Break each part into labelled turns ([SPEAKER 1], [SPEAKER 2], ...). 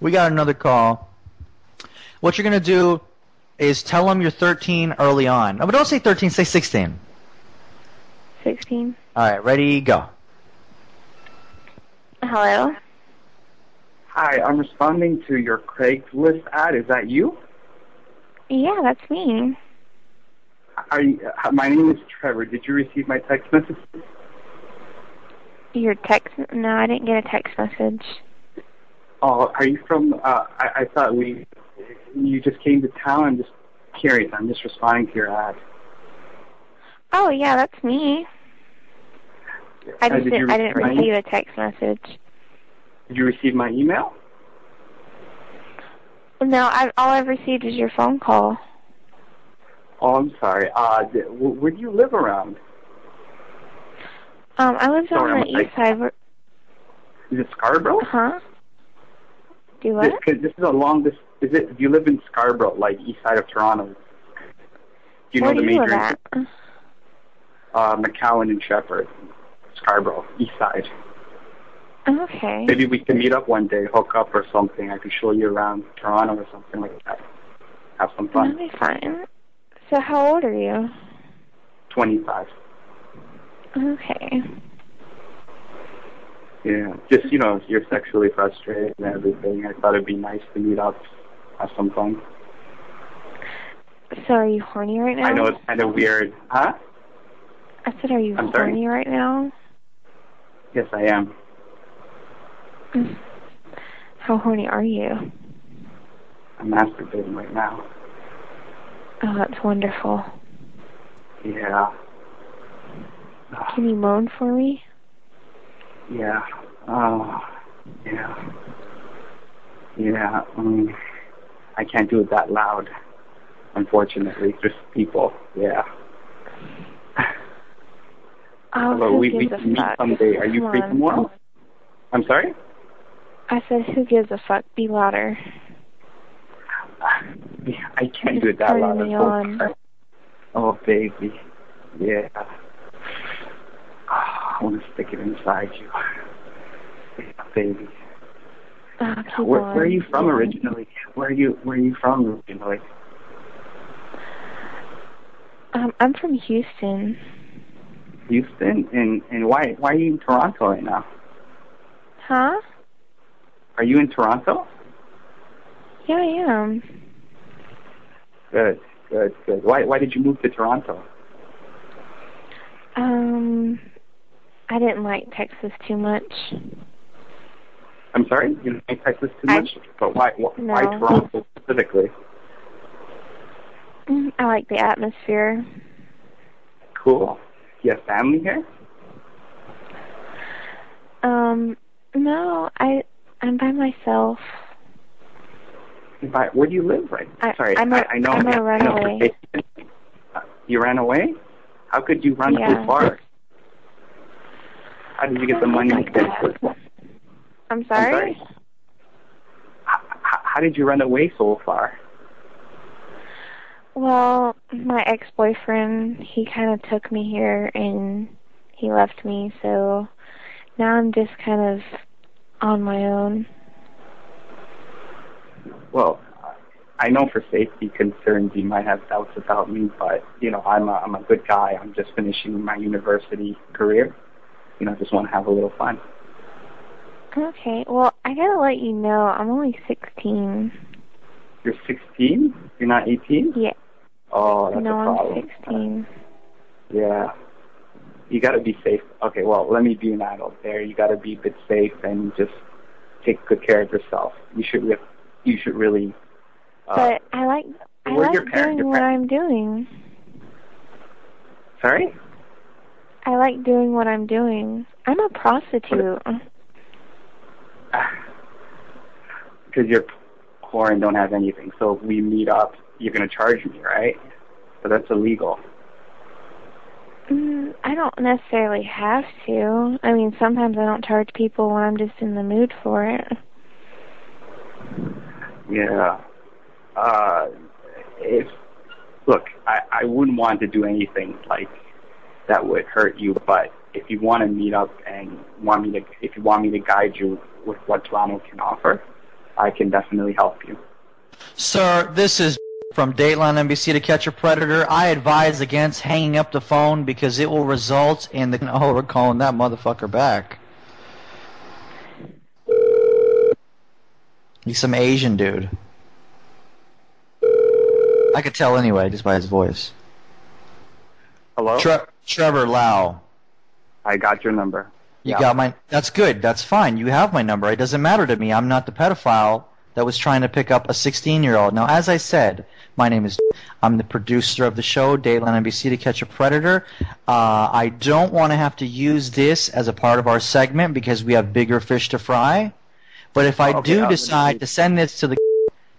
[SPEAKER 1] We got another call. What you're gonna do is tell them you're 13 early on. No, but don't say 13. Say 16.
[SPEAKER 2] 16.
[SPEAKER 1] All right, ready, go.
[SPEAKER 2] Hello?
[SPEAKER 3] Hi, I'm responding to your Craigslist ad. Is that you?
[SPEAKER 2] Yeah, that's me.
[SPEAKER 3] Are you uh, my name is Trevor. Did you receive my text message?
[SPEAKER 2] Your text. No, I didn't get a text message.
[SPEAKER 3] Oh, are you from? Uh, I, I thought we. You just came to town. I'm just curious. I'm just responding to your ad.
[SPEAKER 2] Oh, yeah, that's me. I
[SPEAKER 3] Uh,
[SPEAKER 2] just
[SPEAKER 3] did
[SPEAKER 2] did,
[SPEAKER 3] you
[SPEAKER 2] not I didn't
[SPEAKER 3] receive my
[SPEAKER 2] receive
[SPEAKER 3] email?
[SPEAKER 2] a text message.
[SPEAKER 3] Did you receive my email?
[SPEAKER 2] No, I all I've received is your phone call.
[SPEAKER 3] Oh, I'm sorry. Uh, d- wh- where do you live around?
[SPEAKER 2] Um, I live
[SPEAKER 3] Sorry,
[SPEAKER 2] on
[SPEAKER 3] I'm-
[SPEAKER 2] the east side. Where,
[SPEAKER 3] Is it Scarborough?
[SPEAKER 2] huh? Do
[SPEAKER 3] This,
[SPEAKER 2] what?
[SPEAKER 3] 'cause this is a long. This is it. Do you live in Scarborough, like east side of Toronto? Do you
[SPEAKER 2] Where
[SPEAKER 3] know the
[SPEAKER 2] do you
[SPEAKER 3] major?
[SPEAKER 2] live at?
[SPEAKER 3] Uh, McCowan and Shepherd, Scarborough, east side.
[SPEAKER 2] Okay.
[SPEAKER 3] Maybe we can meet up one day, hook up or something. I can show you around Toronto or something like that. Have some
[SPEAKER 2] That'll
[SPEAKER 3] fun.
[SPEAKER 2] be fine. So how old are you?
[SPEAKER 3] 25.
[SPEAKER 2] Okay.
[SPEAKER 3] Yeah. Just, you know, if you're sexually frustrated and everything, I thought it'd be nice to meet up, have some fun.
[SPEAKER 2] So are you horny right now?
[SPEAKER 3] I know it's kind of weird. Huh?
[SPEAKER 2] I said, are you
[SPEAKER 3] I'm sorry?
[SPEAKER 2] horny right now?
[SPEAKER 3] Yes, I am.
[SPEAKER 2] How horny are you?
[SPEAKER 3] I'm masturbating right now.
[SPEAKER 2] Oh, that's wonderful.
[SPEAKER 3] Yeah. Ah,
[SPEAKER 2] Can you moan for me?
[SPEAKER 3] Yeah. Oh, yeah. Yeah. Um, I can't do it that loud, unfortunately. Just people. Yeah.
[SPEAKER 2] Oh,
[SPEAKER 3] Hello,
[SPEAKER 2] who
[SPEAKER 3] we, we
[SPEAKER 2] gives
[SPEAKER 3] can
[SPEAKER 2] a
[SPEAKER 3] meet
[SPEAKER 2] fuck?
[SPEAKER 3] someday. Are you
[SPEAKER 2] Come
[SPEAKER 3] free
[SPEAKER 2] on.
[SPEAKER 3] tomorrow? I'm sorry?
[SPEAKER 2] I said, who gives a fuck? Be louder.
[SPEAKER 3] Yeah, I
[SPEAKER 2] Just
[SPEAKER 3] can't do it that
[SPEAKER 2] turn
[SPEAKER 3] loud.
[SPEAKER 2] me
[SPEAKER 3] I'm so
[SPEAKER 2] on.
[SPEAKER 3] sorry. Oh, baby. Yeah. Ah, I want to stick it inside you. Yeah, baby.
[SPEAKER 2] Oh, keep
[SPEAKER 3] Where,
[SPEAKER 2] on.
[SPEAKER 3] where are you from originally? Where are you Where are you from originally?
[SPEAKER 2] Um, I'm from Houston.
[SPEAKER 3] Houston? And and why why are you in Toronto right now?
[SPEAKER 2] Huh?
[SPEAKER 3] Are you in Toronto?
[SPEAKER 2] Yeah, I am.
[SPEAKER 3] Good, good, good. Why Why did you move to Toronto?
[SPEAKER 2] Um, I didn't like Texas too much.
[SPEAKER 3] I'm sorry, you don't like Texas too
[SPEAKER 2] I-
[SPEAKER 3] much, but why why, why
[SPEAKER 2] No.
[SPEAKER 3] Toronto specifically?
[SPEAKER 2] Mm, I like the atmosphere.
[SPEAKER 3] Cool. You have family here?
[SPEAKER 2] Um, no, I I'm by myself.
[SPEAKER 3] If I- where do you live right now?
[SPEAKER 2] I-
[SPEAKER 3] Sorry,
[SPEAKER 2] I'm a-
[SPEAKER 3] I, I know
[SPEAKER 2] I'm a
[SPEAKER 3] I know
[SPEAKER 2] runaway.
[SPEAKER 3] Uh, You ran away? How could you run
[SPEAKER 2] Yeah.
[SPEAKER 3] so far? How did you get the money?
[SPEAKER 2] Like that. I'm sorry.
[SPEAKER 3] sorry? How, how how did you run away so far?
[SPEAKER 2] Well, my ex-boyfriend, he kind of took me here and he left me, so now I'm just kind of on my own.
[SPEAKER 3] Well, I know for safety concerns you might have doubts about me, but you know I'm a, I'm a good guy. I'm just finishing my university career. You know, I just want to have a little fun.
[SPEAKER 2] Okay. Well, I got to let you know I'm only 16.
[SPEAKER 3] You're 16. You're not 18.
[SPEAKER 2] Yeah.
[SPEAKER 3] Oh, that's
[SPEAKER 2] no,
[SPEAKER 3] a problem.
[SPEAKER 2] I'm 16.
[SPEAKER 3] Yeah. You gotta be safe. Okay, well, let me be an adult there. You gotta be a bit safe and just take good care of yourself. You should re- you should really uh
[SPEAKER 2] but I like I
[SPEAKER 3] where's
[SPEAKER 2] like
[SPEAKER 3] your parent-
[SPEAKER 2] doing
[SPEAKER 3] your
[SPEAKER 2] what
[SPEAKER 3] parent-
[SPEAKER 2] I'm doing.
[SPEAKER 3] sorry?
[SPEAKER 2] I like doing what I'm doing. I'm a prostitute.
[SPEAKER 3] Because you're poor and don't have anything. So if we meet up, you're gonna charge me, right? But that's illegal.
[SPEAKER 2] Mm, I don't necessarily have to. I mean, sometimes I don't charge people when I'm just in the mood for it.
[SPEAKER 3] Yeah. Uh, if look, I, I wouldn't want to do anything like that would hurt you, but if you want to meet up and want me to, if you want me to guide you with what Toronto can offer, I can definitely help you.
[SPEAKER 1] Sir, this is from Dateline NBC to Catch a Predator. I advise against hanging up the phone because it will result in the. Oh, we're calling that motherfucker back. He's some Asian dude. I could tell anyway just by his voice.
[SPEAKER 3] Hello?
[SPEAKER 1] Tre- Trevor Lau.
[SPEAKER 3] I got your number.
[SPEAKER 1] You
[SPEAKER 3] Yeah.
[SPEAKER 1] got my. That's good. That's fine. You have my number. It doesn't matter to me. I'm not the pedophile that was trying to pick up a 16 year old. Now, as I said, my name is. I'm the producer of the show, Dateline NBC to Catch a Predator. Uh, I don't want to have to use this as a part of our segment because we have bigger fish to fry. But if I
[SPEAKER 3] Okay, I'm
[SPEAKER 1] do
[SPEAKER 3] gonna
[SPEAKER 1] decide
[SPEAKER 3] leave.
[SPEAKER 1] to send this to the.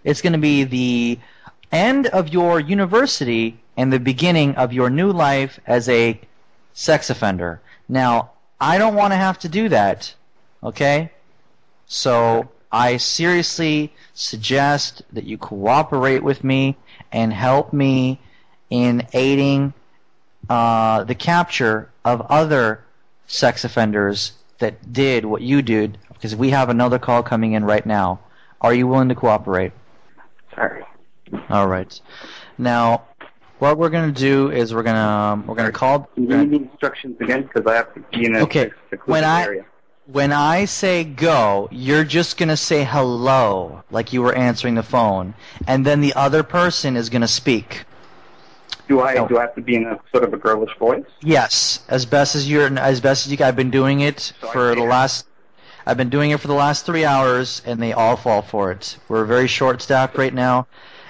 [SPEAKER 1] It's going to be the end of your university and the beginning of your new life as a sex offender. Now, I don't want to have to do that, okay? So I seriously suggest that you cooperate with me and help me in aiding uh, the capture of other sex offenders that did what you did, because we have another call coming in right now. Are you willing to cooperate?
[SPEAKER 3] Sorry.
[SPEAKER 1] All right. Now, what we're gonna do is we're gonna we're gonna call.
[SPEAKER 3] Can you give me the instructions again? Because I have to be in a
[SPEAKER 1] Okay,
[SPEAKER 3] secluded
[SPEAKER 1] when I-
[SPEAKER 3] area.
[SPEAKER 1] When I say go, you're just gonna say hello, like you were answering the phone, and then the other person is gonna speak.
[SPEAKER 3] Do I
[SPEAKER 1] No.
[SPEAKER 3] do I have to be in a sort of a girlish voice?
[SPEAKER 1] Yes, as best as you're, as best as you. I've been doing it
[SPEAKER 3] So I
[SPEAKER 1] for the
[SPEAKER 3] can't-
[SPEAKER 1] last. I've been doing it for the last three hours, and they all fall for it. We're very short staffed right now,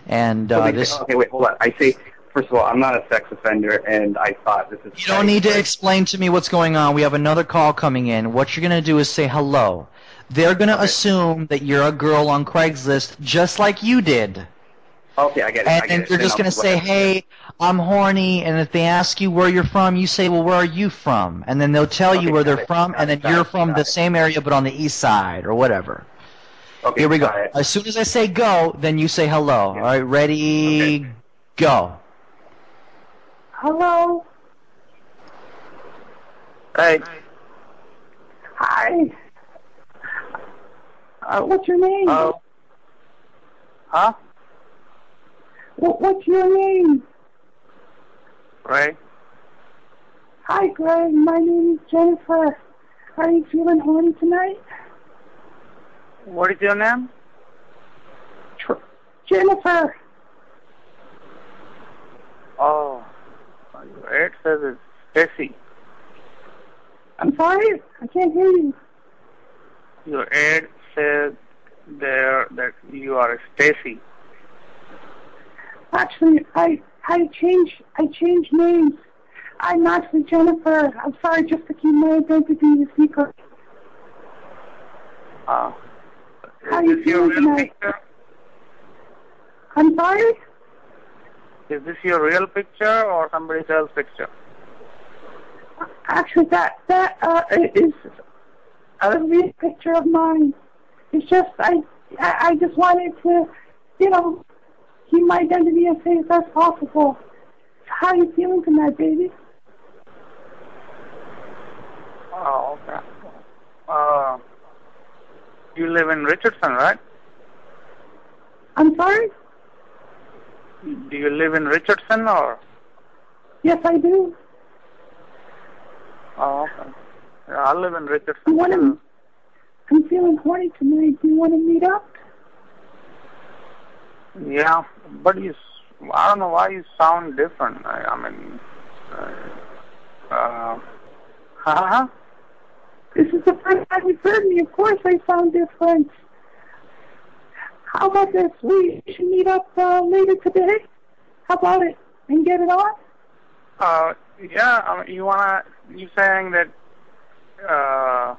[SPEAKER 1] and
[SPEAKER 3] So
[SPEAKER 1] uh,
[SPEAKER 3] they say-
[SPEAKER 1] this.
[SPEAKER 3] okay, wait, hold on. I say, first of all, I'm not a sex offender, and I thought this is.
[SPEAKER 1] You don't need to explain to me what's going on. We have another call coming in. What you're going to do is say hello. They're going to assume that you're a girl on Craigslist just like you did.
[SPEAKER 3] Okay, I get it. I
[SPEAKER 1] And
[SPEAKER 3] get
[SPEAKER 1] then
[SPEAKER 3] it.
[SPEAKER 1] you're just
[SPEAKER 3] I'll
[SPEAKER 1] going to
[SPEAKER 3] do
[SPEAKER 1] say,
[SPEAKER 3] it.
[SPEAKER 1] hey, I'm horny. And if they ask you where you're from, you say, well, where are you from? And then they'll tell
[SPEAKER 3] Okay,
[SPEAKER 1] you where
[SPEAKER 3] got
[SPEAKER 1] they're
[SPEAKER 3] it,
[SPEAKER 1] from.
[SPEAKER 3] got
[SPEAKER 1] And then
[SPEAKER 3] it, got
[SPEAKER 1] you're
[SPEAKER 3] it,
[SPEAKER 1] from
[SPEAKER 3] got
[SPEAKER 1] the
[SPEAKER 3] it.
[SPEAKER 1] same area but on the east side or whatever.
[SPEAKER 3] Okay,
[SPEAKER 1] Here we
[SPEAKER 3] got
[SPEAKER 1] go.
[SPEAKER 3] it.
[SPEAKER 1] As soon as I say go, then you say hello. All right, ready,
[SPEAKER 3] Okay.
[SPEAKER 1] go.
[SPEAKER 3] Hello. Hey. Hi. Uh, what's your name? Oh. Huh? What, what's your name? Ray.
[SPEAKER 4] Hi, Greg. My name is Jennifer. Are you feeling horny tonight?
[SPEAKER 3] What is your name?
[SPEAKER 4] Jennifer.
[SPEAKER 3] Oh. It says it's Stacy.
[SPEAKER 4] I'm sorry. I can't hear you.
[SPEAKER 5] Your ad says there that you are Stacy.
[SPEAKER 4] Actually, I I changed I changed names. I'm actually Jennifer. I'm sorry, just to keep my identity a secret.
[SPEAKER 5] Uh,
[SPEAKER 4] How
[SPEAKER 5] is
[SPEAKER 4] you
[SPEAKER 5] this your
[SPEAKER 4] doing
[SPEAKER 5] real
[SPEAKER 4] tonight?
[SPEAKER 5] picture?
[SPEAKER 4] I'm sorry.
[SPEAKER 5] Is this your real picture or somebody else's picture?
[SPEAKER 4] Actually, that that uh is a real picture of mine. It's just I I, I just wanted to, you know, keep my identity as safe as possible. How you feeling tonight, baby?
[SPEAKER 5] Oh, okay. Uh, you live in Richardson, right?
[SPEAKER 4] I'm sorry?
[SPEAKER 5] Do you live in Richardson or?
[SPEAKER 4] Yes, I do.
[SPEAKER 5] Oh, okay. Yeah, I live in
[SPEAKER 4] You
[SPEAKER 5] Richardson.
[SPEAKER 4] want to? I'm feeling horny tonight. Do you want to meet up?
[SPEAKER 5] Yeah, but you, s- I don't know why you sound different. I, I mean, uh, uh, huh?
[SPEAKER 4] This is the first time you've heard me. Of course, I sound different. How about this? We should meet up uh, later today. How about it? And get it on?
[SPEAKER 5] Uh, yeah, I mean, you wanna, you saying that, uh,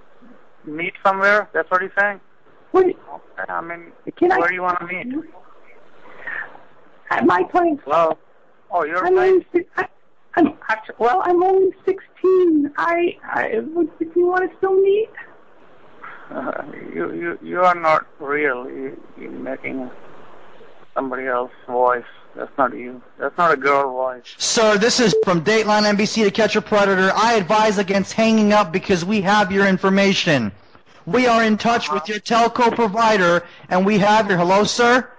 [SPEAKER 5] meet somewhere? That's what you're saying?
[SPEAKER 4] What,
[SPEAKER 5] Okay, I mean,
[SPEAKER 4] Can I-
[SPEAKER 5] where do you wanna meet?
[SPEAKER 4] at my place.
[SPEAKER 5] Hello? Oh, you're
[SPEAKER 4] I'm
[SPEAKER 5] playing?
[SPEAKER 4] only si- I, I'm act- well. I'm only 16. I. I would, if you want to still meet,
[SPEAKER 5] Uh, you, you, you are not real. You, you're making somebody else's voice. That's not you. That's not a girl voice.
[SPEAKER 1] Sir, this is from Dateline NBC to Catch a Predator. I advise against hanging up because we have your information. We are in touch with your telco provider, and we have your hello, sir.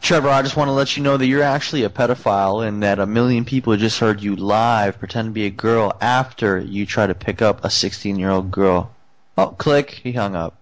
[SPEAKER 1] Trevor, I just want to let you know that you're actually a pedophile and that a million people just heard you live pretend to be a girl after you try to pick up a 16 year old girl. Oh, click. He hung up.